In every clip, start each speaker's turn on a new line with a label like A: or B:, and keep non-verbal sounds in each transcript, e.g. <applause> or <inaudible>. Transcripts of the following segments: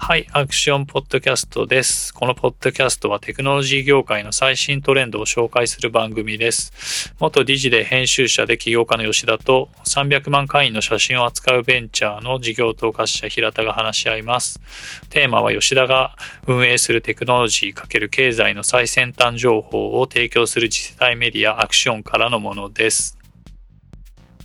A: はい、アクションポッドキャストです。このポッドキャストはテクノロジー業界の最新トレンドを紹介する番組です。元理事で編集者で起業家の吉田と300万会員の写真を扱うベンチャーの事業統括者平田が話し合います。テーマは吉田が運営するテクノロジー×経済の最先端情報を提供する次世代メディアアクションからのものです。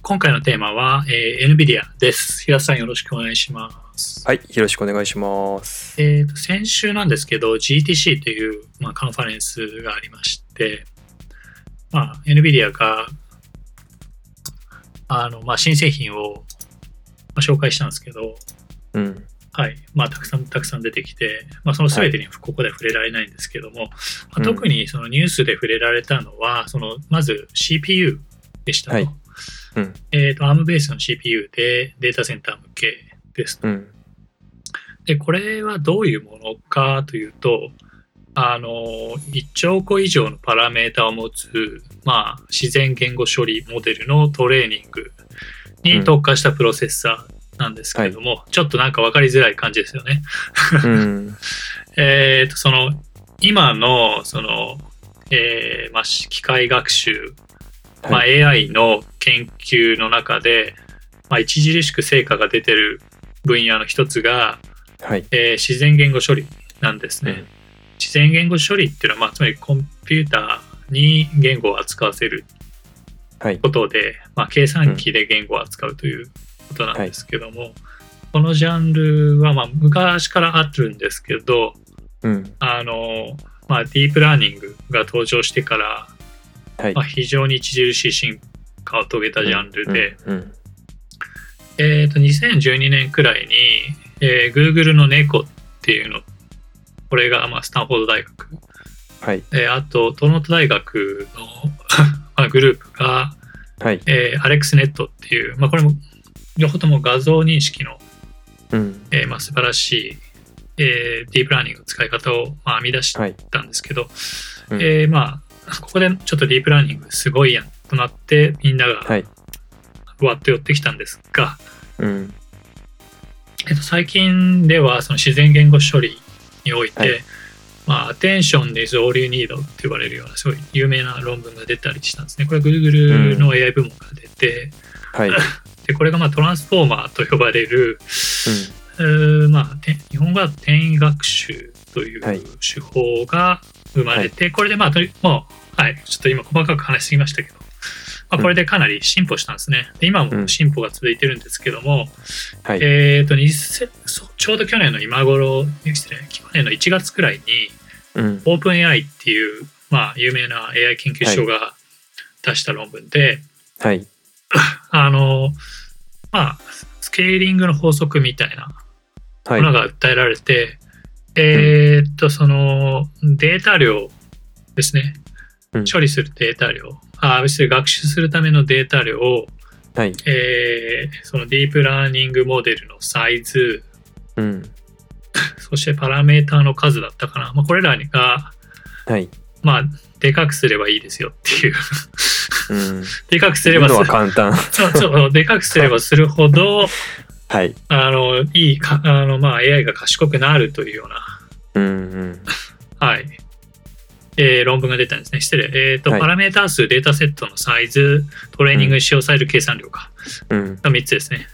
A: 今回のテーマは、えー、NVIDIA です。平田さんよろしくお願いします。
B: はい、よろしくお願いします。
A: えっ、と、先週なんですけど、GTC という、まあ、カンファレンスがありまして、まあ、NVIDIA が、あの、まあ、新製品を、まあ、紹介したんですけど、
B: うん。
A: はい。まあ、たくさんたくさん出てきて、まあ、その全てにここで触れられないんですけども、はい、まあ、特にそのニュースで触れられたのは、その、まず CPU でしたと。はい、
B: うん、
A: えっ、と、ARM ベースの CPU でデータセンター向けです、
B: うん、
A: <laughs> で、これはどういうものかというと、あの、1兆個以上のパラメータを持つ、まあ、自然言語処理モデルのトレーニングに特化したプロセッサーなんですけれども、うんはい、ちょっとなんか分かりづらい感じですよね。
B: うん、
A: えっと、その、今の、その、えー、まあ、機械学習、まあ、AI の研究の中で、まあ、著しく成果が出てる分野の一つが、
B: はい
A: えー、自然言語処理なんですね。うん、自然言語処理っていうのは、まあ、つまりコンピューターに言語を扱わせることで、はい、まあ、計算機で言語を扱うということなんですけども、うんはい、このジャンルは、まあ、昔からあるんですけど、
B: うん、
A: あのまあ、ディープラーニングが登場してから、
B: はい
A: まあ、非常に著しい進化を遂げたジャンルで、
B: うん、うん
A: えーと、と2012年くらいに、えー、Google の猫っていうのこれが、まあ、スタンフォード大学、
B: はい
A: えー、あとトロント大学の <laughs> まあ、グループが、
B: はい
A: えー、アレックスネットっていう、まあ、これも両方とも画像認識の、
B: うん
A: えーまあ、素晴らしい、えー、ディープラーニングの使い方を、まあ、編み出したんですけど、はいうん、えー、まあ、ここでちょっとディープラーニングすごいやんとなってみんなが、
B: はい
A: わっと寄ってきたんですが、
B: うん
A: えっと、最近ではその自然言語処理において、はい、まあ、attention is all you need って言われるようなすごい有名な論文が出たりしたんですね。これは Google の AI 部門から出て、
B: うん、はい、
A: でこれがまあトランスフォーマーと呼ばれる、、
B: うん
A: うまあ、日本語は転移学習という手法が生まれて、はい、これでまあもう、はい、ちょっと今細かく話しすぎましたけど、まあ、これでかなり進歩したんですね。で今も進歩が続いてるんですけども、
B: うんはい、
A: えーと、とちょうど去年の今頃、ね、去年の1月くらいに、
B: うん、
A: オープン AI っていう、まあ、有名な AI 研究所が出した論文で、
B: はい、
A: あのまあ、スケーリングの法則みたいなものが訴えられて、はい、えーと、そのデータ量ですね、うん、処理するデータ量、あ要するに学習するためのデータ量を、
B: はい、
A: えー、そのディープラーニングモデルのサイズ、
B: うん、
A: そしてパラメーターの数だったかな、まあ、これらが、
B: はい、
A: まあ、でかくすればいいですよっていう <laughs>
B: うん、
A: でかくすれば
B: す簡単
A: <laughs> そうそうでかくすればするほど、
B: はい、
A: あのいいかあの、まあ、AI が賢くなるというような、
B: うんうん、
A: はいえー、論文が出たんですね。失礼。えっ、ー、と、はい、パラメータ数、データセットのサイズ、トレーニングに使用される計算量か。
B: うん、
A: の3つですね。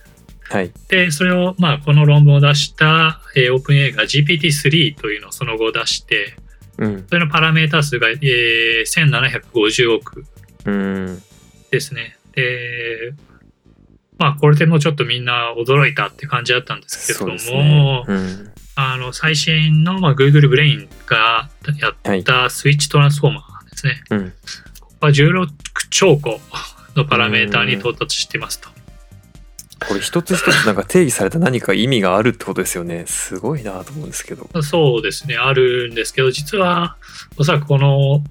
B: はい。
A: で、それを、まあ、この論文を出した、えー、OpenA が GPT-3 というのをその後出して、
B: うん、
A: それのパラメータ数が、えー、1750
B: 億
A: ですね。で、まあ、これでもうちょっとみんな驚いたって感じだったんですけれども、
B: ねうん、
A: あの最新の、まあ、Google ブレインがやったスイッチトランスフォーマーですね、
B: はい、うん、
A: ここは16兆個のパラメーターに到達してますと。
B: これ一つ一つなんか定義された何か意味があるってことですよね。すごいなと思うんですけど。
A: そうですね。あるんですけど、実はおそらくこの、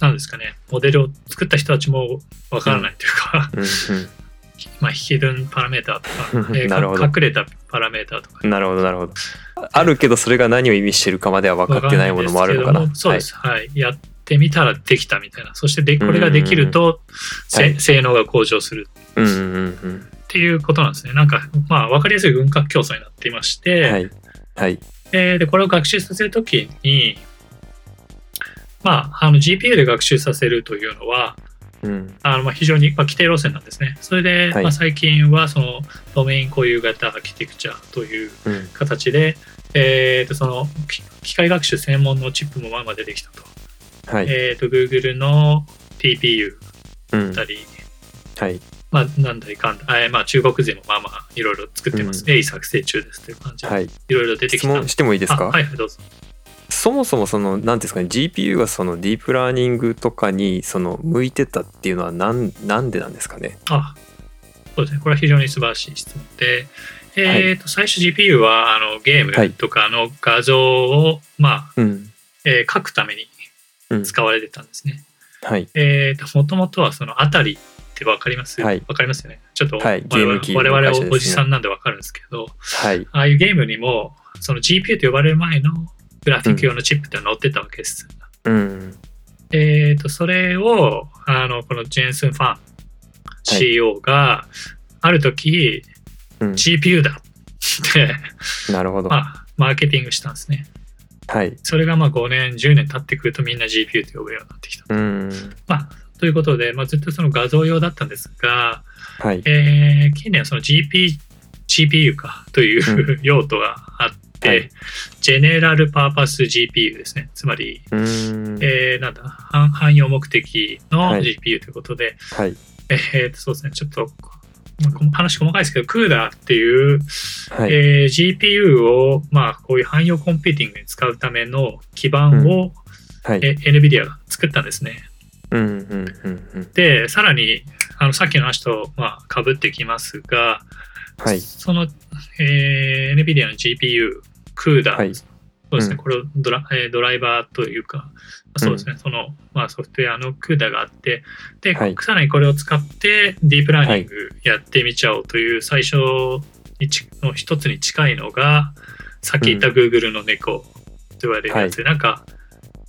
A: なんですかね、モデルを作った人たちもわからないというか、 <laughs>
B: うん、うんうん
A: まあ、ヒドンパラメーターとか、
B: <laughs>
A: えー、隠れたパラメーターとか、
B: なるほどなるほどあるけどそれが何を意味してるかまでは分かってないものもあるのかな
A: そうです、はい、はい、やってみたらできたみたいなそしてでこれができると、せ、はい、性能が向上するっていうことなんですねなんかまあ分かりやすい軍拡競争になっていまして、
B: はいはい、
A: えーで、これを学習させるときに、まあ、あの GPU で学習させるというのは、
B: うん。
A: あのまあ非常に、まあ、規定路線なんですね。それで、
B: はい
A: まあ、最近はそのドメイン固有型アーキテクチャという
B: うん。
A: 形で、えーとそのき機械学習専門のチップもまあまあ出てきたと。
B: はい。
A: えーと、Google の TPU
B: うん
A: だ。ったり、
B: はい。
A: まあ、なんだりかんだ、えーまあ、中国勢もまあまあいろいろ作ってます。
B: うん
A: 鋭意作成中ですという感じで、、
B: はいい。
A: ろいろ出てき
B: 質
A: たん
B: 問してもいいです
A: あ
B: か
A: はいはい、どうぞ。
B: そもそもその何ですかね GPU がそのディープラーニングとかにその向いてたっていうのはなんなんでなんですかね
A: あそうですね、これは非常に素晴らしい質問で、えーと最初 GPU はあのゲー
B: はい
A: ムとかの画像を、まあ
B: うん、
A: えー書くために
B: うん、
A: 使われてたんですね。
B: はい
A: えーともともとはそのあたりってわかりますわ、
B: はい
A: かりますよね。ちょっと
B: は
A: 我
B: い
A: 々,、
B: ゲーム機の
A: 我
B: 会社です
A: 々
B: ね
A: おじさんなんでわかるんですけど、
B: はい
A: ああいうゲームにもその GPU と呼ばれる前のグラフィック用のチップってのが載ってたわけです。
B: うん
A: えー、とそれをあのこのジェンスン・ファン CEO がある時、
B: うん
A: GPU だって、
B: なるほど
A: ま
B: は
A: あ、マーケティングしたんですね。
B: い
A: それがまあ5年10年経ってくるとみんな GPU と呼ぶようになってきた。
B: うん
A: まあ、ということで、まあ、ずっとその画像用だったんですが、
B: はい
A: えー近年はその GP GPU かという、 <laughs> 用途があって、
B: はい
A: ジェネラルパーパス GPU ですね。つまり、
B: うん
A: えーなんだ、汎汎用目的の
B: はい
A: GPU ということで、
B: はい
A: えーと、そうですね、ちょっと、まあこ話細かいですけど、クーダーっていう、
B: はい
A: えー GPU を、まあ、こういう汎用コンピューティングに使うための基盤を、
B: はい
A: え NVIDIA が作ったんですね。
B: うんうんうんうん
A: で、さらに、あのさっきの話と、まあ、かぶってきますが、
B: はい
A: その、えー NVIDIA の GPU、CUDA、
B: はい
A: そうですね、
B: うん
A: これをドラ,、えードライバーというか、そうですね、その、まあ、ソフトウェアの CUDA があって、で、
B: はい
A: さらにこれを使ってディープラーニングやってみちゃおうという最初にちの一つに近いのが、さっき言った
B: う
A: Google の猫と言われるやつで、なんか、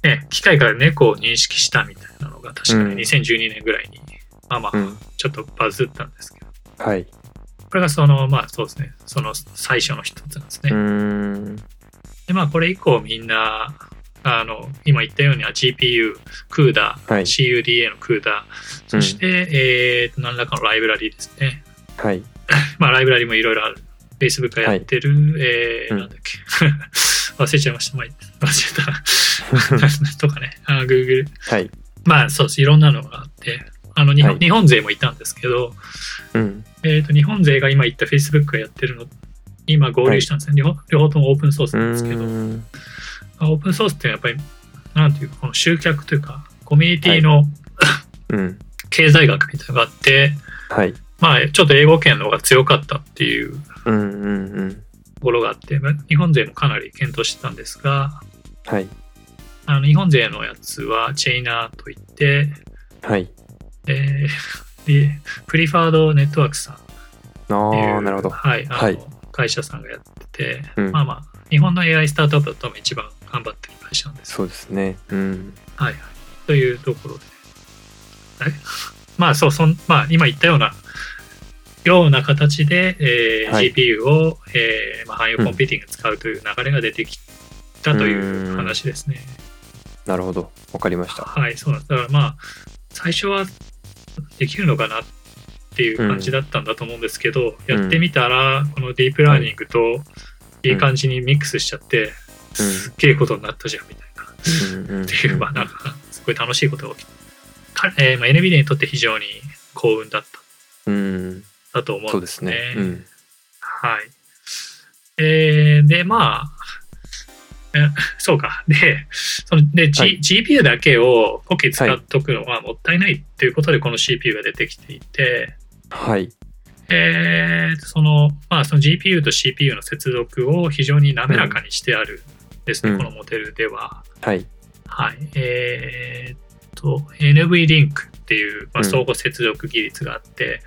A: ね、機械が猫を認識したみたいなのが確か
B: うん
A: に2012年ぐらいに、まあま
B: う
A: あ
B: ん
A: ちょっとバズったんですけど、
B: はい
A: これがそのまあそうですねその最初の一つなんですね、
B: うん
A: でまあこれ以降みんなあの今言ったようには GPU、CUDA、
B: はい
A: CUDA の CUDA、そして、えーと何らかのライブラリですね。
B: はい
A: まあライブラリもいろいろある。Facebook がやってる、えー
B: うん
A: なんだっけ。 <laughs> 忘れちゃいました。まあ、忘れ
B: <laughs>
A: た。とかね、あ Google。
B: はい
A: まあそうです。いろんなのがあって、あの日本,、
B: はい
A: 日本勢もいたんですけど、
B: うん
A: えー、と日本勢が今言った Facebook がやってるの今合流したんですね、両方両方ともオープンソース
B: う
A: なんですけど、
B: ん
A: まあオープンソースってやっぱりなんていうかこの集客というかコミュニティの
B: うん
A: 経済学みたいなのがあって、
B: はい
A: まあちょっと英語圏の方が強かったっていう
B: うんうんうん
A: ところがあってまあ日本勢もかなり検討してたんですが
B: はい
A: あの日本勢のやつはチェイナーといって、
B: はい
A: えーでプリファードネットワークさん
B: あ
A: っていう
B: あなるほど
A: はいあの
B: はい
A: 会社さんがやってて、
B: うん
A: まあまあ日本の AI スタートアップだと一番頑張ってる会社なんですよ
B: そうですねうん
A: はいはいというところでえ <laughs> まあそうそんまあ今言ったようなような形で、えー
B: はい
A: GPU を、えーまあ、汎用コンピューティングに使うという流れが出てきたという
B: うん
A: 話ですね、
B: なるほどわかりました
A: はいそうなんですだからまあ最初はできるのかなっていう感じだったんだと思うんですけど、
B: うん
A: やってみたらこのディープラーニングといい感じにミックスしちゃって、すっげえことになったじゃんみたいな、
B: うんうん
A: っていうまあなんかすごい楽しいことが起きた、かえーまあ、NVIDIA にとって非常に幸運だっ
B: うん
A: ただと思う
B: そ
A: ん
B: う
A: で
B: ですす
A: ね。
B: ね。うん
A: はい。えーで、まあ、えそうか。で、そので、G
B: はい
A: GPU だけをコキ使っとくのはもったいないっていうことで、この CPU が出てきていて、
B: はい。
A: えーその、まあ、その GPU と CPU の接続を非常に滑らかにしてあるんですね、
B: うん
A: このモデルでは。
B: はい。
A: はい。えーっと、NVLink っていう、まあ、
B: うん
A: 相互接続技術があって、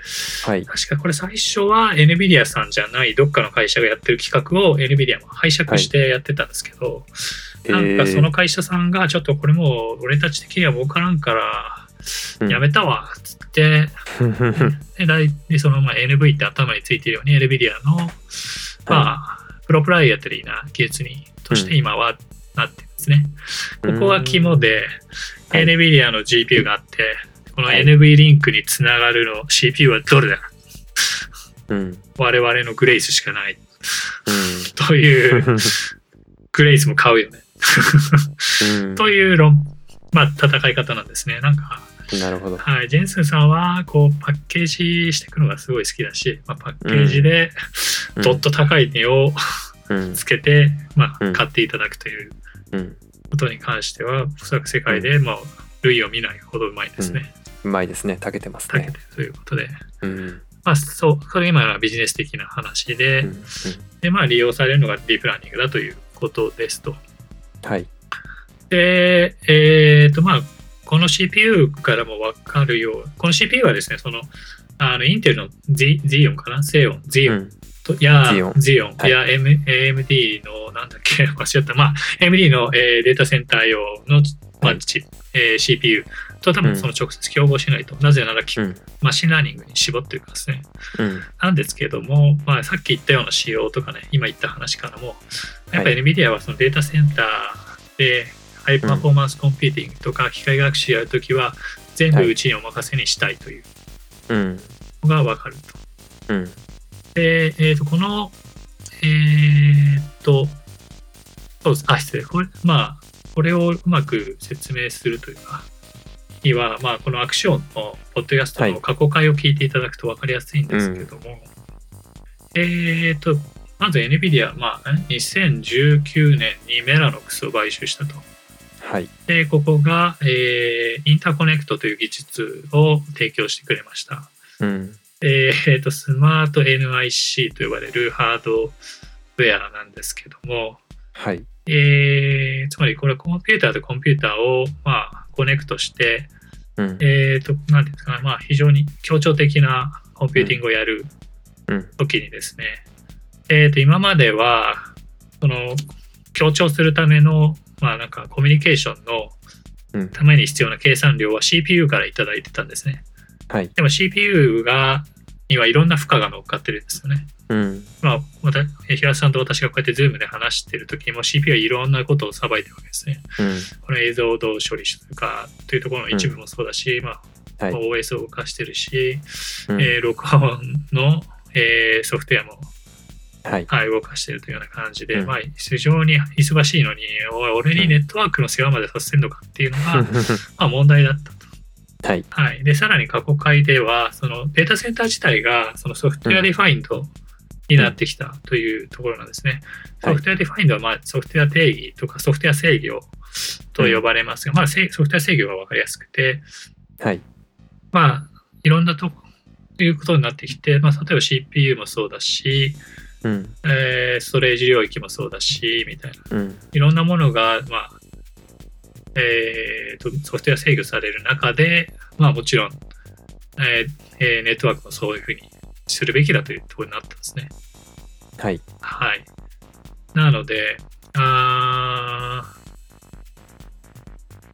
B: はい。
A: 確か <laughs> これ最初は NVIDIA さんじゃないどっかの会社がやってる企画を NVIDIA も拝借してやってたんですけど、なんかその会社さんがちょっとこれもう俺たち的には儲からんからやめたわっつって、
B: えー
A: で大でそのまあ NV って頭についてるように NVIDIA の、まあプロプライアテリーな技術にとして今はなってるんですね。
B: うん
A: ここが肝で、
B: はい
A: NVIDIA の GPU があって、この
B: はい
A: NV リンクにつながるの CPU はどれだ
B: うん
A: 我々のグレイスしかない。
B: う
A: と
B: <laughs>
A: いう、
B: ん
A: グレイスも買うよね。 <laughs>
B: うん
A: という論、まあ、戦い方なんですね。なんか、
B: なるほど
A: はい、ジェンスンさんは、こう、パッケージしていくのがすごい好きだし、まあ、パッケージで、
B: うん
A: ドット高い値を
B: うん
A: つけて、ま
B: う
A: あ、
B: ん
A: 買っていただくという
B: うん
A: ことに関しては、おそらく世界で、まあ、類を見ないほどうまいですね。
B: うまいですねたけてます
A: たけ
B: ね
A: てるということで。
B: うん
A: まあ、そう、これ今のはビジネス的な話で、
B: うんうん
A: で、まあ、利用されるのがディープラーニングだということですと。
B: はい
A: で、えっ、と、まあ、この CPU からもわかるよう、この CPU はですね、その、あの、インテルの Z- Xeon かな ?Xeon、
B: う
A: Xeon
B: ん
A: と、や、
B: Xeon
A: Xeon
B: はい
A: や、M AMD の、なんだっけ、 <laughs> 忘れちゃった。まあ、AMD の、えーデータセンター用の、ま
B: は
A: あ、
B: い
A: チップえー CPU と多
B: うん
A: 分その直接競合しないと。なぜなら、
B: うん
A: マシンラーニングに絞ってるからですね。
B: うん
A: なんですけども、まあ、さっき言ったような仕様とかね、今言った話からも、やっぱ
B: はい
A: NVIDIA はそのデータセンターで、ハイパフォーマンスコンピューティングとか機械学習やるときは、全部
B: はいう
A: ちにお任せにしたいという
B: うん
A: のがわかると。
B: うん
A: で、えっ、と、この、えっ、と、そうです。あ、失礼。これ、まあ、これをうまく説明するというか、には、まあ、このアクションのポッドキャスト
B: は
A: の
B: い
A: 過去回を聞いていただくと分かりやすいんですけども、えっと、まず NVIDIA、まあ、ん2019年にメラノックスを買収したと。
B: はい
A: で、ここが、えーインターコネクトという技術を提供してくれました。
B: うん
A: えー、とスマート NIC と呼ばれるハードウェアなんですけども、
B: はい
A: えーつまりこれはコンピューターとコンピューターを、まあ、コネクトして、
B: うん
A: えー、となんていうんですかね、まあ、非常に協調的なコンピューティングをやる
B: うん
A: ときにですね、えー、と今まではその協調するための、まあ、なんかコミュニケーションの
B: うん
A: ために必要な計算量は CPU からいただいてたんですね。
B: はい
A: でも CPU がにはいろんな負荷が乗っかってるんですよね。
B: うん
A: まあ、また平田さんと私がこうやって Zoom で話してる時にも CPU はいろんなことをさばいてるわけですね。
B: うん
A: この映像をどう処理するかというところの一部もそうだし、まあ、
B: はい
A: OS を動かしてるし、
B: うん
A: えー録音の、えーソフトウェアも、
B: はい
A: はい、動かしてるというような感じで、
B: うん
A: まあ、非常に忙しいのに、おい俺にネットワークの世話までさせるのかっていう
B: <laughs>
A: のが、まあ問題だったと。
B: はい
A: はい。で、さらに過去回では、そのデータセンター自体がそのソフトウェアディファインドになってきたというところなんですね。
B: は
A: ソ
B: い
A: フトウェアディファインドは、まあ、ソフトウェア定義とかソフトウェア制御と呼ばれますが、まあ、せソフトウェア制御が分かりやすくて、
B: はい
A: まあ、いろんなということになってきて、まあ、例えば CPU もそうだし、
B: うん
A: えーストレージ領域もそうだし、みたいな。
B: うん
A: いろんなものが、まあ、えーと、ソフトウェア制御される中で、まあもちろん、えーえーネットワークもそういうふうにするべきだというところになったんですね。
B: はい
A: はい。なので、あー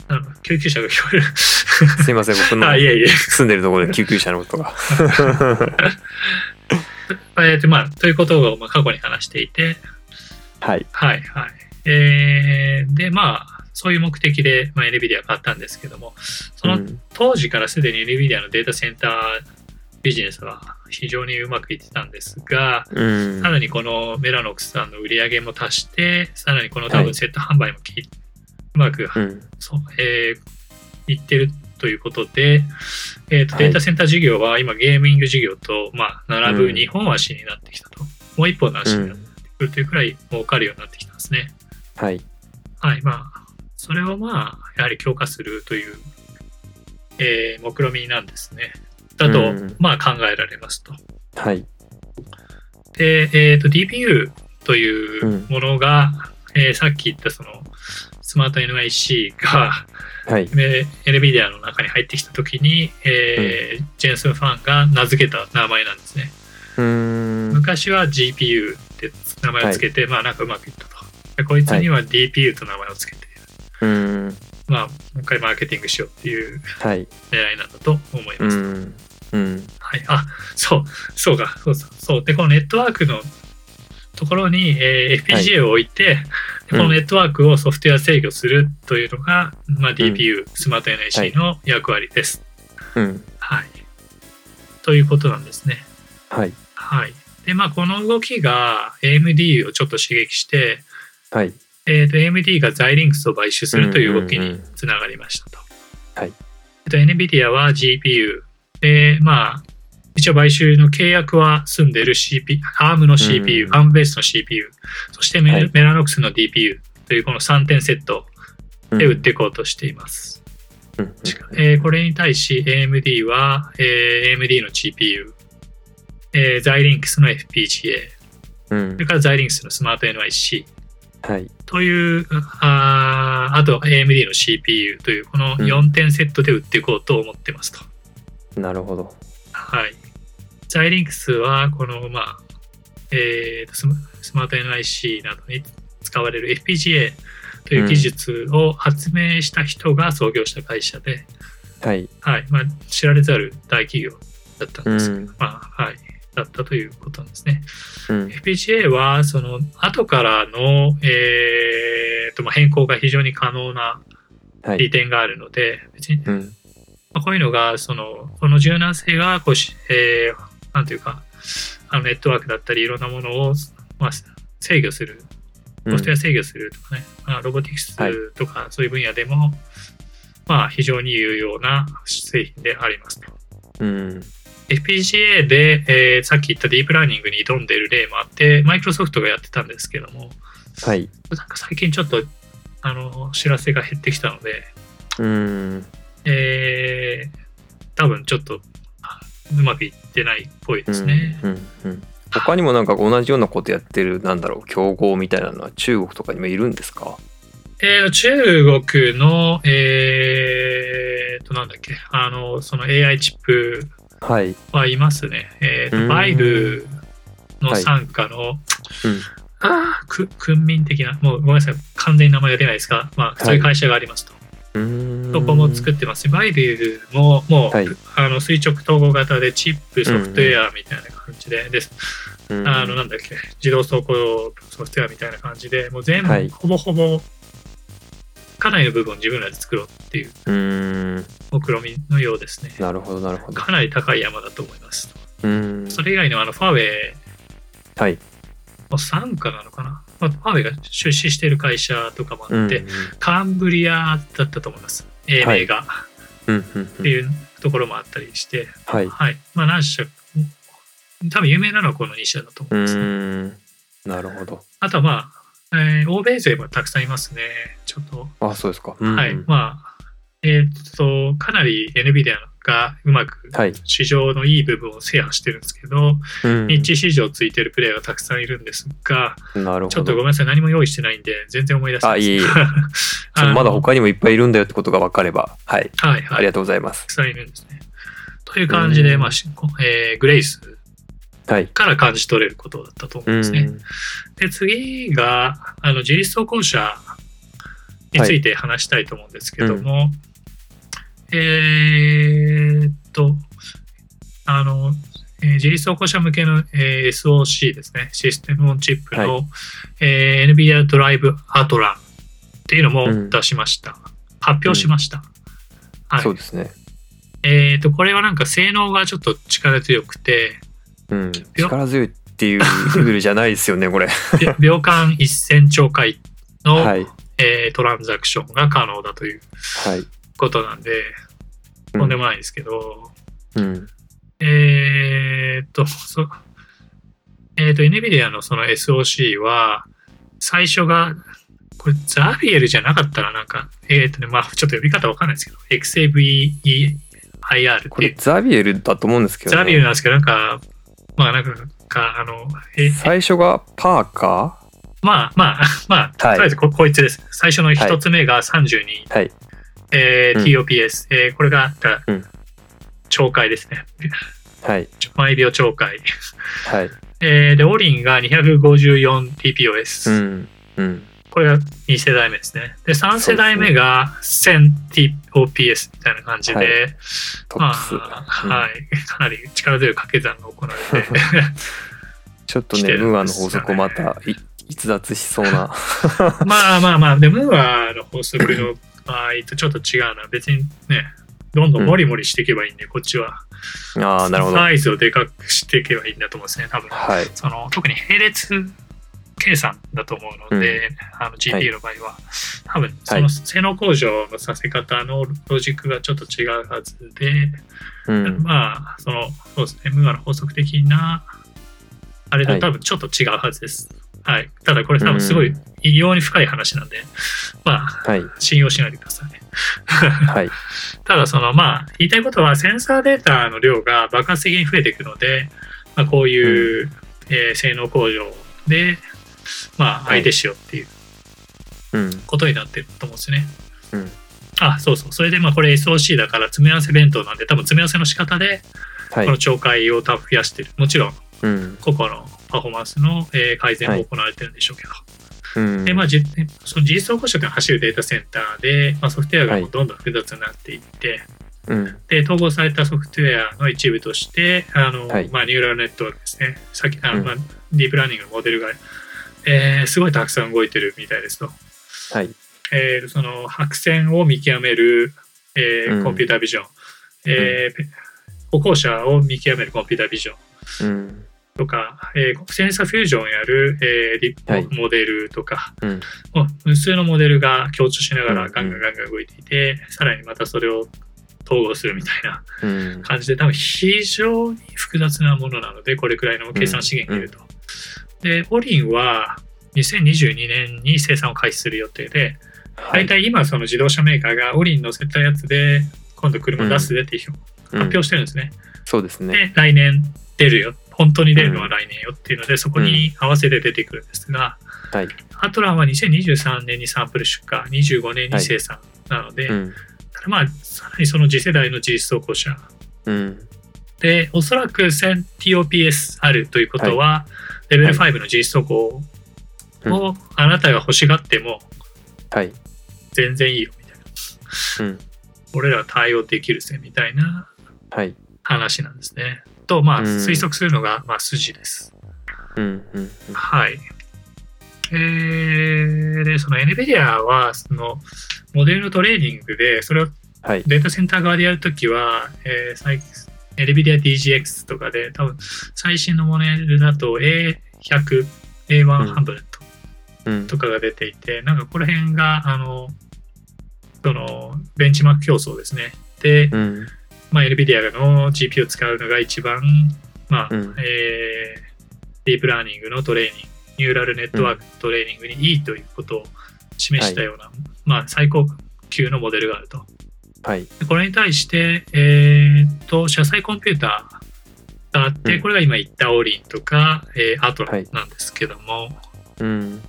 A: あの救急車が聞こえる。
B: すいません僕の
A: あ、いえいえ。
B: 住んでるところで救急車の音が
A: えーと、まあ、ということをまあ過去に話していて、
B: はい
A: はいはい。えーで、まあ、そういう目的で、まあ、NVIDIA 買ったんですけども、その
B: うん
A: 当時からすでに NVIDIA のデータセンタービジネスは非常にうまくいってたんですが、
B: うん
A: さらにこのメラノックスさんの売り上げも足して、さらにこの多
B: は
A: 分
B: い
A: セット販売もき、うまく、
B: うん
A: そうえーいってるということで、えーと
B: はい
A: データセンター事業は今ゲーミング事業と、まあ、並ぶ
B: うん
A: 2本足になってきたと。もう1本の足
B: う
A: になって
B: ん
A: くるというくらい儲かるようになってきたんですね。
B: はい
A: はい、まあ、それをまあ、やはり強化するという、えー、目論みなんですね。だと、
B: うん
A: まあ考えられますと。
B: はい
A: で、えっ、と、DPU というものが、えーさっき言ったその、スマート NIC が、
B: はい
A: ね NVIDIA の中に入ってきたときに、えージェンスンファンが名付けた名前なんですね。
B: うーん
A: 昔は GPU って名前を付けて、まあなんかうまくいったと。でこいつには DPU と名前を付けて、
B: うん
A: まあ、もう一回マーケティングしようっていう
B: はい
A: 狙いなんだと思います。
B: うんうん
A: はい、あそうそうかそうそうそうでこのネットワークのところに、えー FPGA を置いて、でこ
B: うん
A: のネットワークをソフトウェア制御するというのが、まあ、DPU、スマート
B: は
A: NIC
B: い
A: の役割です。
B: うん
A: はい。ということなんですね。
B: はい
A: はい。で、まあ、この動きが AMD をちょっと刺激して、
B: はい
A: えー、と AMD がザイリンクスを買収するという動きにつながりましたと。
B: はい
A: えっと、NVIDIA は GPU。で、まあ、一応買収の契約は済んでる CPU、ARM の CPU、
B: うん
A: ファームベースの CPU、そしてメ,、
B: はい
A: メラノックスの DPU というこの3点セット
B: うん
A: で売っていこうとしています。
B: うんうん
A: えーこれに対し AMD は、えー AMD の GPU、えー、ザイリンクスの FPGA、
B: うん
A: それからザイリンクスのスマート NIC、
B: はい
A: という、あーあと AMD の CPU という、この
B: うん
A: 4点セットで売っていこうと思ってますと。
B: なるほど
A: はい。ザイリンクスは、この、まあ、えーとスマスマート NIC などに使われる FPGA という技術を発明した人が創業した会社で、
B: はい
A: はい。まあ、知られざる大企業だったん
B: う
A: ですけど、
B: ん
A: まあ、はい。だったということなんですね。
B: うん
A: FPGA はその後からの、えーとまあ、変更が非常に可能な
B: は
A: 利
B: い
A: 点があるので、別に
B: うん
A: まあこういうのがそのこの柔軟性がこうし、えーなんていうかあのネットワークだったりいろんなものを、まあ、制御する
B: う
A: ソ
B: ん
A: フトウェア制御するとかね、まあ、ロボティク
B: はい
A: スとかそういう分野でも、まあ、非常に有用な製品でありますと。
B: うん
A: FPGA で、えーさっき言ったディープラーニングに挑んでいる例もあって、マイクロソフトがやってたんですけども、
B: はい
A: なんか最近ちょっと、あの、知らせが減ってきたので、
B: うん
A: えー、多分ちょっと、あうまくいってないっぽいですね。
B: うんうんうん他にもなんか同じようなことやってるなんだろう競合みたいなのは中国とかにもいるんですか
A: えー中国の、えーと、なんだっけ、あの、その AI チップ
B: はい
A: はいますね。え
B: う
A: ー
B: ーん
A: と、バイブの
B: はい
A: 傘下の、あーく訓民的な、もうごめんなさい、完全に名前が出ないですが、まあ、そういう会社がありますと。
B: うん
A: そこも作ってますし、バイルももう、
B: はい
A: あの垂直統合型でチップ、ソフトウェアみたいな感じで、で
B: うん
A: あのなんだっけ、自動走行ソフトウェアみたいな感じで、もう全部、
B: はい
A: ほぼほぼ、かなりの部分を自分らで作ろうっていう
B: うん
A: 目論みのようですね。
B: なるほどなるほど
A: かなり高い山だと思います。
B: うん
A: それ以外のあのファーウェイ
B: はい
A: の傘下なのかな、まあ、ファーウェイが出資している会社とかも
B: う
A: あっ
B: ん
A: て、カンブリアだったと思います、英名が、
B: うんうん
A: って
B: うん
A: いうところもあったりして、
B: はい
A: はい。まあ、何社、多分有名なのはこの2社だと思
B: う
A: うんですね、
B: んなるほど
A: あとはまあ、えー欧米勢もたくさんいますね。ちょっと、
B: あそうですかうんうん
A: はい。まあ、えーっと、かなり NVIDIA がうまく
B: はい
A: 市場のいい部分を制覇してるんですけど、
B: うん
A: 日中市場ついてるプレイヤーがたくさんいるんですが、
B: なるほど
A: ちょっとごめんなさい、何も用意してないんで、全然思い出せない
B: あい
A: <laughs>
B: えいえ
A: あ
B: ちょ
A: の
B: まだ他にもいっぱいいるんだよってことが分かればはい
A: はいは
B: あ
A: い
B: り。がとうございます
A: たくさんいるんですね。という感じで、
B: うん
A: まあ、しこえーグレイス
B: はい
A: から感じ取れることだったと思うんですね。で次があの自立走行車について話したいと思うんですけども、えーっとあの、えー自立走行車向けの、えー SOC ですねシステムオンチップの、
B: は
A: えー NVIDIA ドライブアトランっていうの
B: う
A: も
B: ん
A: 出しました、発表しました、
B: うん
A: はい
B: そうですね
A: えーっとこれはなんか性能がちょっと力強くて
B: うん力強いっていうレベルじゃないですよねこれ
A: び
B: <laughs>
A: 秒間1000兆回の、
B: はい
A: えートランザクションが可能だという
B: はい
A: ことなんで、
B: うん
A: とんでもないですけど、
B: うん
A: えーっと、 <laughs> そえーっと、NVIDIA のその SOC は、最初が、これ、ザビエルじゃなかったら、なんか、えーっとね、まあ、ちょっと呼び方わかんないですけど、XAVEIR っ
B: こ
A: てい
B: れ
A: う、
B: ザビエルだと思うんですけど、ね、
A: ザビエルなんですけど、なんか、まあ、なんか、かあの、え
B: 最初がパーカ
A: まあまあ <laughs> まあ、
B: はい
A: とりあえずここいつです。最初の一つ目が32、
B: はい
A: えー
B: うん
A: TOPS、えーこれがだから
B: うん
A: 懲戒ですね。
B: ーはい
A: 毎秒懲戒。 <laughs>
B: はい
A: えーで、オリンが 254TPOS、
B: うんうん
A: これが2世代目ですね。で、3世代目が 1000TOPS みたいな感じで、
B: はいトップス、
A: まあ、はい、かなり力強い掛け算が行われて、
B: ちちょっと
A: 来
B: ね
A: てる
B: ムー
A: ん
B: ア
A: で
B: の
A: す
B: 法
A: よね
B: 則をまたい逸脱しそう
A: <laughs>
B: な
A: <laughs> まあまあまあ、でも、ムーアの法則の場合とちょっと違うな。別にね、どんどんモリモリしていけばいいんで、こっちは。
B: ああなるほどは
A: サイズをでかくしていけばいいんだと思うんですね、多分。
B: い
A: その特に並列計算だと思うので、あの GPU の場合は、多分その性能向上のさせ方のロジックがちょっと違うはずで、
B: うん
A: まあそのそうですね MUA の法則的なあれ
B: は
A: と
B: い
A: 多分ちょっと違うはずです、はいただこれ多分すごい異様に深い話なんで、まあ
B: はい
A: 信用しないでください
B: はい
A: ただそのまあ言いたいことはセンサーデータの量が爆発的に増えていくので、まあ、こういう、えー性能向上で、まあ、
B: はい
A: 相手しようっていう
B: うん
A: ことになってると思うんですね。
B: うん
A: あそうそうそれでまあこれ SOC だから詰め合わせ弁当なんで多分詰め合わせの仕方で
B: は
A: この
B: い
A: 懲戒を多分増やしてるもちろん
B: うん
A: 個々のパフォーマンスの、えー改善も行われてるんでしょうけど、
B: うん
A: でまあ、じその自立走行車が走るデータセンターで、まあ、ソフトウェアがもうどんどん複雑になっていって、
B: うん
A: で統合されたソフトウェアの一部として、あの
B: はい
A: まあ、ニューラルネットワークですね、さっきあの、
B: うん
A: まあ、ディープラーニングのモデルが、えーすごいたくさん動いてるみたいですと、
B: はい
A: えーその白線を見極める、えー
B: うん
A: コンピュータービジョン、えー歩行者を見極めるコンピュータービジョン
B: うん
A: とか、えーセンサーフュージョンやる、えーリ
B: はい
A: モデルとか、
B: うん
A: もう無数のモデルが強調しながらガンガ
B: う
A: ン
B: ん
A: ガンガン動いていて、さらにまたそれを統合するみたいな。
B: うん
A: 感じで多分非常に複雑なものなのでこれくらいの計算資源がいると。でオリンは2022年に生産を開始する予定で、
B: は
A: 大
B: い
A: 体今その自動車メーカーがオリン乗せたやつで今度車出すでって発
B: うん
A: 表してるんですね。
B: そうですね
A: で来年出るよ本当に出るのは来年よっていうのでそこに合わせて出てくるんですが、
B: はい
A: アトランは2023年にサンプル出荷25年に生産なので、
B: うん
A: まあさらにその次世代の自立走行車
B: うん
A: で、おそらく 1000TOPS あるということは、レベル5の自立走行
B: うん
A: をあなたが欲しがっても
B: はい
A: 全然いいよみたいな。
B: うん
A: 俺らは対応できるぜみたいな
B: はい
A: 話なんですね。と、まあ、
B: うん
A: 推測するのが、まあ、筋です。
B: うんうん
A: はい。えー、で、その NVIDIA は、その、モデルのトレーニングで、それを
B: はい
A: データセンター側でやるときは、えー最 NVIDIA DGX とかで、多分最新のモデルだと A100、A1 ハンブルと,、
B: うん
A: とかが出ていて、なんかこの辺が、あの、その、ベンチマーク競争ですね。で、
B: うん
A: まあ、NVIDIA の GPU を使うのが一番、まあ、
B: うん
A: えーディープラーニングのトレーニング、ニューラルネットワークのトレーニングにいいということを示したような、まあ、最高級のモデルがあると。
B: はい
A: でこれに対して、えーっと、車載コンピューターがあって、
B: うん
A: これが今言ったオリンとか、えーアトラ
B: はい
A: なんですけども、
B: うん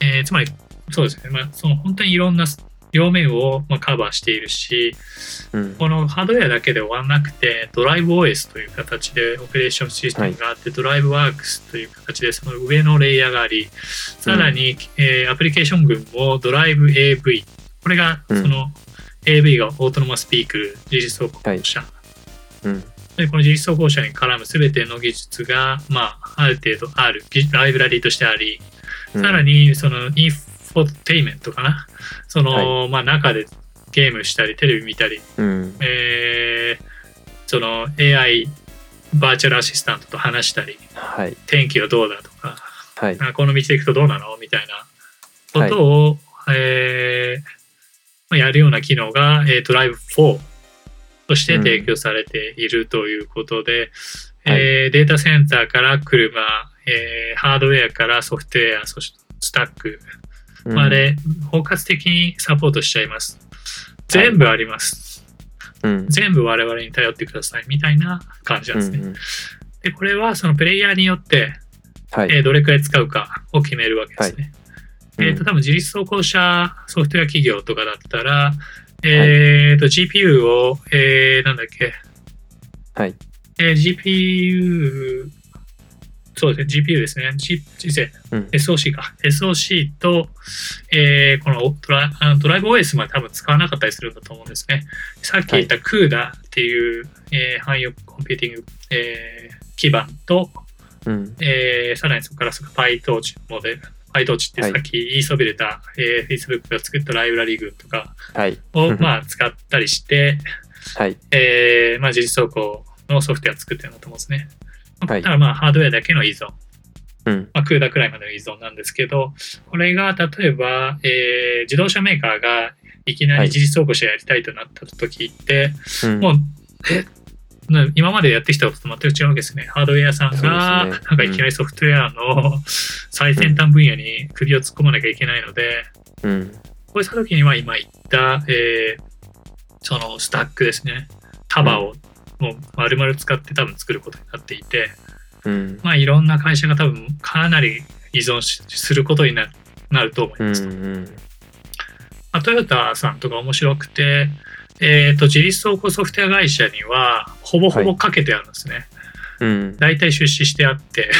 A: えーつまり、そうですね、まあ、その本当にいろんな両面をまあカバーしているし、
B: うん
A: このハードウェアだけで終わらなくて、ドライブ OS という形でオペレーションシステムがあって、ドライブワークスという形でその上のレイヤーがあり、さらに、えーアプリケーション群もドライブ AV。これが、そ
B: うん
A: の、AV がオートノマスピークル、自立走行車。
B: うん
A: でこの自立走行車に絡む全ての技術が、まあ、ある程度ある、技ライブラリーとしてあり、
B: うん
A: さらに、その、インフォテイメントかな。その、
B: は
A: まあ、中でゲームしたり、テレビ見たり、
B: うん
A: えーその AI バーチャルアシスタントと話したり
B: はい
A: 天気はどうだとか
B: はい
A: あこの道で行くとどうなのみたいなことを、えーまあやるような機能が、えードライブ4として提供されているということで、
B: うんはい
A: えーデータセンターから車、えーハードウェアからソフトウェアそしてスタックまで包括的にサポートしちゃいます。全部あります。
B: うん
A: 全部我々に頼ってくださいみたいな感じなんですね。
B: うんうん
A: で、これはそのプレイヤーによって、
B: はい
A: えーどれくらい使うかを決めるわけですね。
B: うん
A: えっ、と、多分自立走行車ソフトウェア企業とかだったら、えっ、と、GPU を、えーなんだっけ、
B: はい
A: えー GPU、そうですね、GPU ですね。G、G-
B: うん
A: SOC か。SOC と、えーこのドラあのドライブ OS まで多分使わなかったりするんだと思うんですね。さっき言った CUDA っていう、えー汎用コンピューティング、えー基盤と、
B: うん
A: えーさらにそこからそこ PyTorch モデル PyTorch って
B: は
A: さ
B: い
A: っき言いそびれた、えー Facebook が作ったライブラリ群とか
B: はい
A: を、
B: うん
A: まあ、使ったりして、
B: はい
A: えーまあ、自立走行のソフトウェアを作ってるんだと思うんですね。
B: はい
A: ただまあ、ハードウェアだけの依存、
B: うん
A: まあ、クーダくらいまでの依存なんですけど、これが例えば、えー自動車メーカーがいきなり
B: はい
A: 自立走行車やりたいとなった時って、
B: うん
A: もう、えな今までやってきたことと全く違うわけですね。ハードウェアさんが、
B: そうですね
A: なんかいきなりソフトウェアの最先端分野に首を突っ込まなきゃいけないので、
B: うん
A: こうした時には今言った、えーそのスタックですね。束をもう丸々使って多分作ることになっていて、
B: うん
A: まあいろんな会社が多分かなり依存しすることにななると思い
B: うん
A: ます。
B: うん
A: まあ、トヨタさんとか面白くて、えー、と自立走行ソフトウェア会社にはほぼほぼかけてあるんですね。
B: うん
A: 大体出資してあって、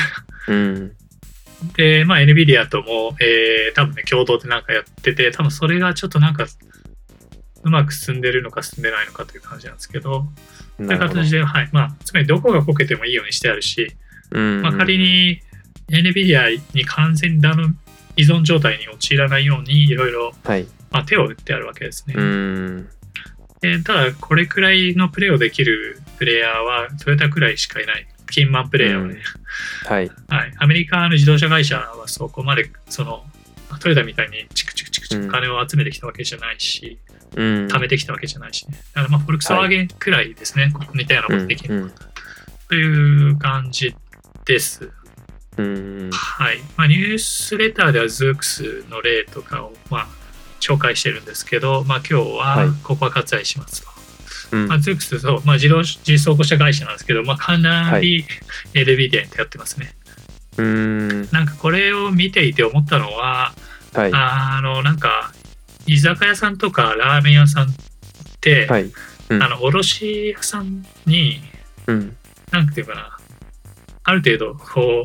B: うん
A: で、まあ、NVIDIA とも、えー、多分ね、共同でなんかやってて、多分それがちょっとなんか、うまく進んでるのか進んでないのかという感じなんですけど、そうい
B: な
A: う
B: るほど
A: 形で、はい。まあ、つまりどこがこけてもいいようにしてあるし、
B: うん
A: まあ、仮に NVIDIA に完全にダム依存状態に陥らないように、いろいろ、
B: はい
A: まあ、手を打ってあるわけですね。
B: うん
A: えーただ、これくらいのプレーをできるプレイヤーは、トヨタくらいしかいない。キンマンプレイヤーはね、
B: はい
A: はい、アメリカの自動車会社はそこまでそのトヨタみたいにチクチクチクチ
B: う
A: ク
B: ん
A: 金を集めてきたわけじゃないし、
B: うん
A: 貯めてきたわけじゃないし、ね、だからまあフォルクスワーゲンくらいですね、ここ似たようなことできる
B: うん
A: という感じです。
B: うん
A: はいまあ、ニュースレターでは Zoox の例とかを、まあ、紹介してるんですけど、まあ、今日
B: はい
A: はここは割愛しますと。
B: うん
A: まあ、Zoox そう、まあ、自動自走行車会社なんですけど、まあ、かなり NVIDIA に頼ってますね。
B: うん
A: なんかこれを見ていて思ったのは、
B: はい
A: あのなんか居酒屋さんとかラーメン屋さんって、
B: はいうん
A: あの卸屋さんに
B: うん
A: なんていうかなある程度こ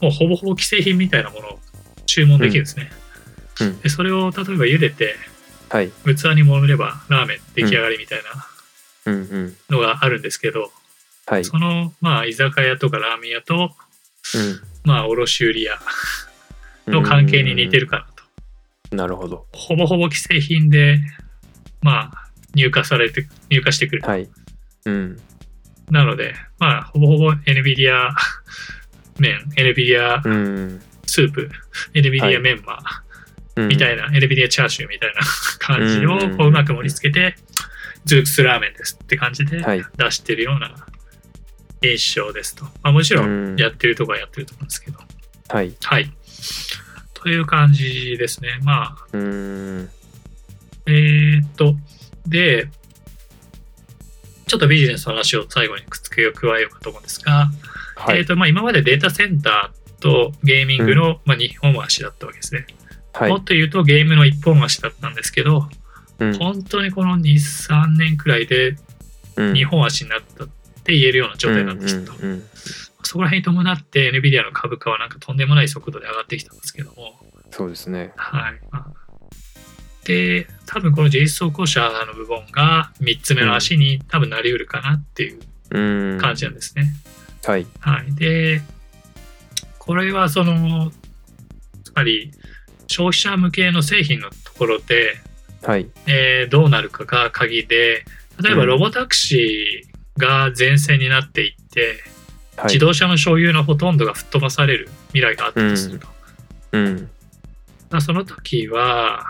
A: うもうほぼほぼ既製品みたいなものを注文できるんですね、
B: うんうん
A: でそれを例えば茹でて
B: はい
A: 器に盛ればラーメン出来上がりみたい
B: うんうん
A: なのがあるんですけど、
B: はい
A: そのまあ居酒屋とかラーメン屋とまあ卸売屋
B: うん
A: の関係に似てるかなと。
B: なるほど
A: ほぼほぼ既製品で、まあ、入荷されて、入荷してくる。
B: はいうん
A: なので、まあ、ほぼほぼ NVIDIA 麺、NVIDIA
B: うん
A: スープ、
B: は
A: NVIDIA
B: い
A: メンマ
B: み
A: みたいな、NVIDIA チャーシューみたいな <laughs> 感じ
B: うんうんう
A: を
B: ん
A: こううまく盛り付けて、ズークスラーメンですって感じで
B: はい
A: 出してるような印象ですと。まあ、もちろ
B: うん
A: んやってるとこはやってると思うんですけど。
B: はい
A: はい。という感じですね。まあ、
B: うん
A: えーっと、で、ちょっとビジネスの話を最後にくっつけを加えようかと思うんですが、
B: は
A: えーっ
B: い
A: とまあ、今までデータセンターとゲーミングの、まあ、2本足だったわけですね、
B: はい
A: もっと言うとゲームの1本足だったんですけど、
B: うん
A: 本当にこの2、3年くらいで
B: うん
A: 2本足になったって言えるような状態なんですと、
B: うんうん
A: そこら辺に伴って NVIDIA の株価はなんかとんでもない速度で上がってきたんですけども、
B: そうですね
A: はい。で、多分この自立走行車の部分が3つ目の足に多分なりうるかなっていう
B: うん
A: 感じなんですね。
B: はい
A: はい。で、これはその、つまり消費者向けの製品のところで、
B: はい
A: えーどうなるかが鍵で、例えば
B: うん
A: ロボタクシーが前線になっていって、
B: はい
A: 自動車の所有のほとんどが吹っ飛ばされる未来があったとすると。
B: うん
A: まあ、その時は、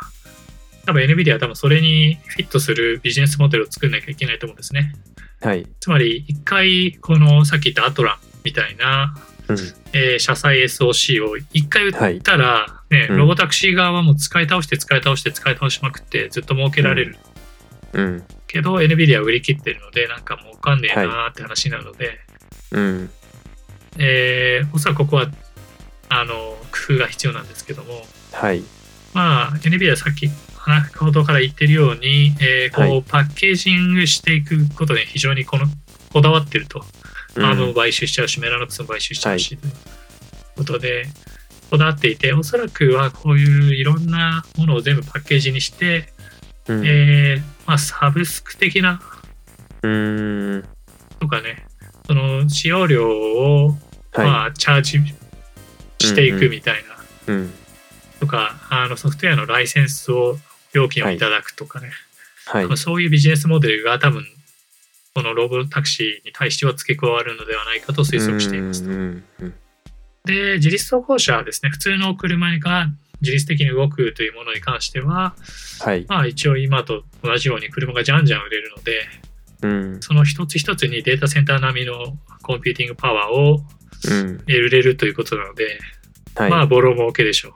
A: 多分 NVIDIA は多分それにフィットするビジネスモデルを作んなきゃいけないと思うんですね。
B: はい
A: つまり、一回、このさっき言ったアトランみたいな、
B: うん
A: えー車載 SOC を一回打
B: はい
A: ったら、ね、
B: うん
A: ロボタクシー側はもう使い倒して使い倒して使い倒しまくってずっと儲けられる。
B: うん
A: けど、NVIDIA は売り切ってるので、なんか儲かんねえなーって話なので、
B: うん
A: えーおそらくここは、あの、工夫が必要なんですけども、
B: はい
A: まあ、NVIDIA はさっき話ほどから言ってるように、えーこう
B: は
A: パッケージングしていくことに非常にこのこだわってると、
B: うん
A: アームを買収しちゃうしメラノックスも買収しちゃうし、ということでこだわっていておそらくはこういういろんなものを全部パッケージにして、
B: うん
A: えーまあ、サブスク的な
B: うん
A: とかねその使用料を
B: はい、
A: まあ、チャージしていくみたいな、
B: うん
A: とかあのソフトウェアのライセンスを料金をいただくとかね、
B: はい
A: 多分そういうビジネスモデルが多分このロボタクシーに対しては付け加わるのではないかと推測していますと
B: うんうんうん
A: で自立走行車はですね普通の車が自律的に動くというものに関しては、
B: はい、
A: まあ、一応今と同じように車がじゃんじゃん売れるので
B: うん
A: その一つ一つにデータセンター並みのコンピューティングパワーを
B: うん、
A: 得れるということなので、
B: はい、
A: まあボロ儲けでしょ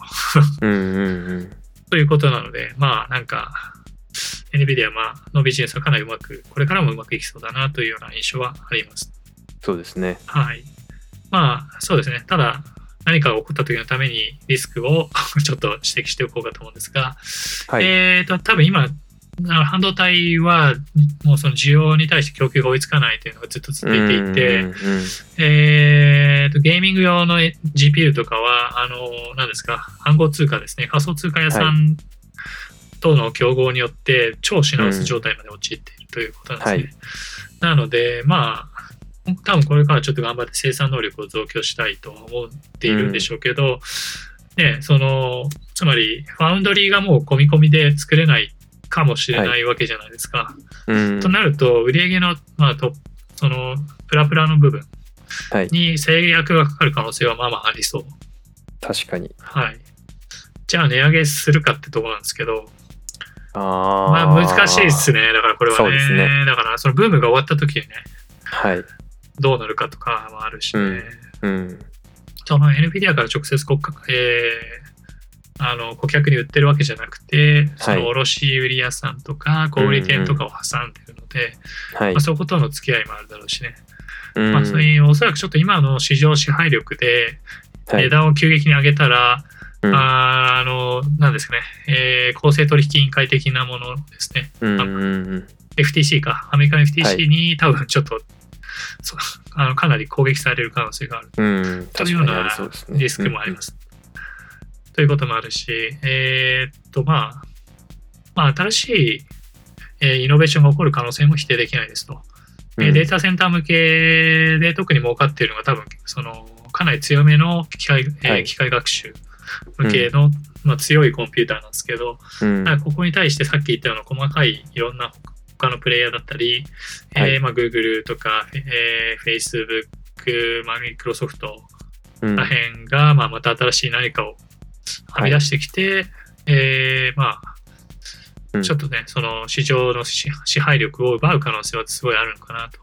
A: う
B: うんうんうん、
A: ということなので、まあなんか、NVIDIA はまあのビジネスはかなりうまく、これからもうまくいきそうだなというような印象はあります。
B: そうですね。
A: はい。まあそうですね。ただ、何かが起こった時のためにリスクを <laughs> ちょっと指摘しておこうかと思うんですが、
B: はい、
A: えっ、と、多分今、あ半導体はもうその需要に対して供給が追いつかないというのがずっと続いていて、
B: うんうん
A: えーと、ゲーミング用の GPU とかは、あの、何ですか、暗号通貨ですね、仮想通貨屋さんとの競合によって、超品薄状態まで陥っているということなんですね。
B: はい
A: なので、まあ、多分これからちょっと頑張って生産能力を増強したいとは思っているんでしょうけど、ね、その、つまり、ファウンドリーがもう込み込みで作れないかもしれないわけじゃないですか。
B: うんうん
A: となると、売上の、まあ、とそのプラプラの部分
B: はい
A: に制約がかかる可能性はまあまあありそう。
B: 確かに。
A: はい。じゃあ、値上げするかってところなんですけど、
B: あー
A: まあ、難しいです。ね。だから、これは
B: そう
A: ね
B: ですね
A: だから、そのブームが終わった時にね、
B: はい、
A: どうなるかとかもあるしね。
B: うんうん、
A: その NVIDIA から直接国家、えーあの顧客に売ってるわけじゃなくて、その卸売屋さんとか小売店とかを挟んでるので、
B: はい
A: まあ、、そことの付き合いもあるだろうしね。
B: うん
A: まあ、そういうおそらくちょっと今の市場支配力で
B: はい
A: 値段を急激に上げたら、
B: うん
A: あーあの、なんですかね、えー公正取引委員会的なものですね、
B: うんうんうん
A: FTC か、アメリカの
B: は
A: FTC
B: い
A: に多分ちょっと、そあのかなり攻撃される可能性がある
B: うん、
A: と
B: 確
A: いう
B: か
A: よう
B: にあ
A: な
B: りそうですね。
A: リスクもあります。ということもあるし、えーっと、まあ、まあ、新しい、えーイノベーションが起こる可能性も否定できないですと。
B: うん。
A: で
B: うん
A: データセンター向けで特に儲かっているのが多分そのかなり強めの機械,、えー
B: はい
A: 機械学習向けの、まあ、強いコンピューターなんですけど、
B: うん
A: なんかここに対してさっき言ったような細かいいろんな他のプレイヤーだったり、
B: は
A: えー
B: い
A: まあ、Google とか、えー Facebook、マイクロソフト
B: うん
A: ら辺が、まあ、また新しい何かをはみ出してきて、えーま
B: う
A: あ、
B: ん
A: ちょっとね、その市場の支支配力を奪う可能性はすごいあるのかなと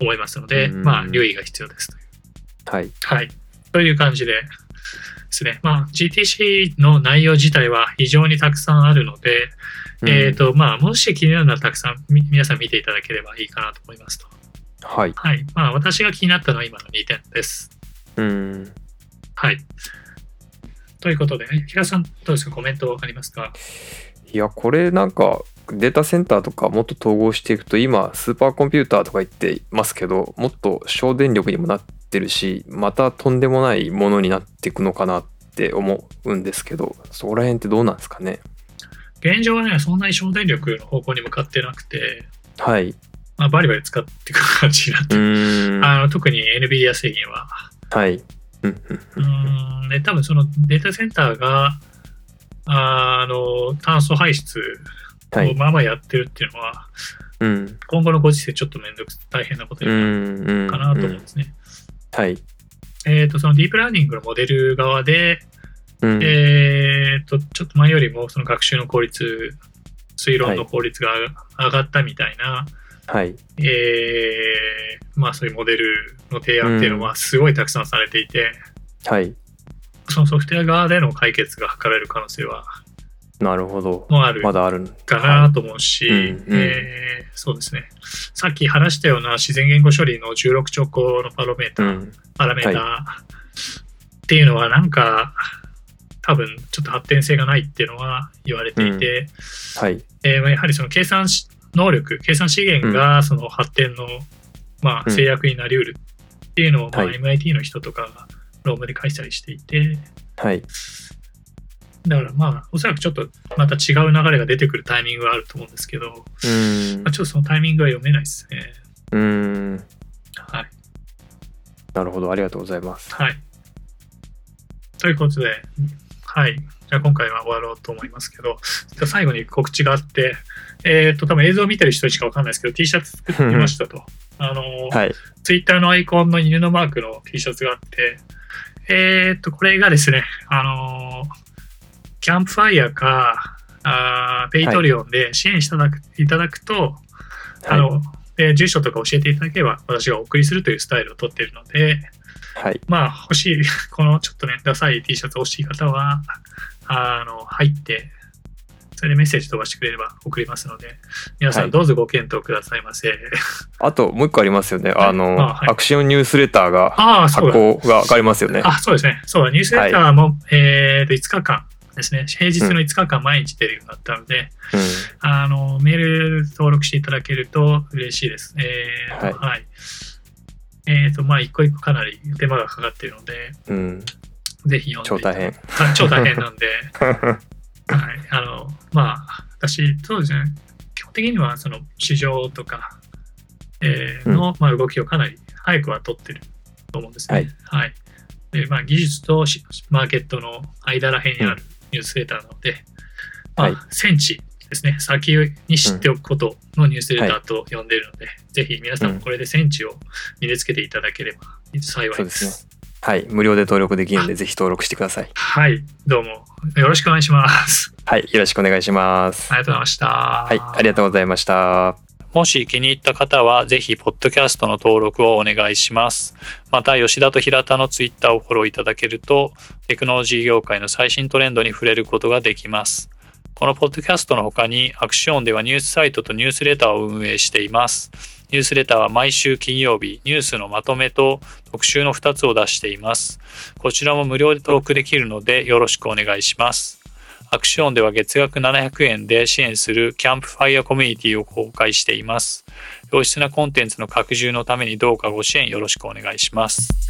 A: 思いますので、
B: うん
A: まあ、留意が必要ですという。
B: はい、
A: はい。という感じでですね。まあ、GTC の内容自体は非常にたくさんあるので、えっ、と、まあ、もし気になるならたくさんみ皆さん見ていただければいいかなと思いますと。
B: うん、はい、
A: はい。まあ、私が気になったのは今の2点です。
B: うん。
A: はい。ということで、ね、平さん、どうですか、コメントありますか
B: いやこれなんかデータセンターとかもっと統合していくと今スーパーコンピューターとか言ってますけどもっと省電力にもなってるしまたとんでもないものになっていくのかなって思うんですけどそこら辺ってどうなんですかね
A: 現状はね、そんなに省電力の方向に向かってなくて、
B: はい
A: まあ、バリバリ使っていく感じになっ
B: う
A: て、
B: ーんは
A: あの特に NVIDIA 製品は。
B: いうん
A: うーん、で、多分そのデータセンターが、あの、炭素排出
B: は
A: を
B: い
A: まあまあやってるっていうのは、
B: うん
A: 今後のご時世ちょっとめんどく大変なこと
B: う
A: になる
B: んうん
A: かなと思うんですね。
B: はい
A: えっ、と、そのディープラーニングのモデル側で、
B: うん
A: えー、とちょっと前よりもその学習の効率推論の効率が上がったみたいな、
B: はい
A: えーまあ、そういうモデルの提案っていうのはすごいたくさんされていて、
B: はい
A: そのソフトウェア側での解決が図られる可能性は
B: なるほど
A: もある
B: まだある
A: かなと思うし、
B: はいうんうん
A: えーそうですねさっき話したような自然言語処理の16兆個のパロメータ
B: う
A: ー、
B: ん
A: パラメーターっていうのはなんか多分ちょっと発展性がないっていうのは言われていて。
B: はい
A: えーまあやはりその計算し能力、計算資源がその発展の、まあ、
B: うん
A: 制約になりうるっていうのを、まあ、
B: はい
A: MIT の人とかが論文で返したりしていて、
B: はい
A: だからまあ、おそらくちょっとまた違う流れが出てくるタイミングがあると思うんですけど、
B: うん
A: まあ、ちょっとそのタイミングは読めないですね。
B: うん
A: はい。
B: ななるほど、ありがとうございます。
A: はい。ということで、はい。じゃあ今回は終わろうと思いますけど、じゃあ最後に告知があって、えっ、と、多分映像を見てる人にしかわかんないですけど、T シャツ作ってみましたと。あの、
B: はい。
A: ツイッターのアイコンの犬のマークの T シャツがあって、えーっと、これがですね、あのーキャンプファイヤーか、あペイトリオンで支援していただく,、い、ただくと、あ
B: はい。
A: の、で住所とか教えていただければ私がお送りするというスタイルをとっているので、
B: はい。
A: まあ欲しい、 <laughs> このちょっとね、ダサい T シャツ欲しい方は、あの、入って、それでメッセージ飛ばしてくれれば送りますので、皆さ
B: は
A: ん
B: い
A: どうぞご検討くださいませ。
B: あと、もう一個ありますよね。
A: い
B: あの、
A: あはい
B: アクションニュースレターが、
A: ああ、そ
B: 発
A: うだ。
B: 行がありますよね。
A: あ、そうですね。そうだ、ニュースレターも、えーと、5日間ですね。平日の5日間毎日出るようになったので、
B: うん
A: あの、メール登録していただけると嬉しいです。えーと、はい。えーと、まあ、一個一個かなり手間がかかっているので、
B: うん。
A: ぜひ読んで
B: 超
A: いただ
B: 大
A: <laughs>
B: 変。
A: あ超大変なんで、はい、あの、まあ、私、そうですね、基本的には、その、市場とか、えーの、まあ、動きをかなり早くは取ってると思うんですね。はい。で、まあ、技術としマーケットの間らへんにあるニュースレターなので、まあ、
B: はい
A: センチですね、先に知っておくことのニュースレターと呼んでいるので、ぜひ皆さんもこれでセンチを身につけていただければ幸
B: そ
A: いうで。
B: ですすね。はい。無料で登録できるんで、ぜひ登録してください。
A: はい、どうもよろしくお願いします。
B: はい。よろしくお願いします。
A: あ
B: は。
A: りがとうございました。はい
B: ありがとうございました。
A: もし気に入った方は、ぜひ、ポッドキャストの登録をお願いします。また、吉田と平田のツイッターをフォローいただけると、テクノロジー業界の最新トレンドに触れることができます。このポッドキャストの他に、アクションではニュースサイトとニュースレターを運営しています。ニュースレターは毎週金曜日、ニュースのまとめと特集の2つを出しています。こちらも無料で登録できるので、よろしくお願いします。アクションでは月額700円で支援するキャンプファイアコミュニティを公開しています。良質なコンテンツの拡充のためにどうかご支援よろしくお願いします。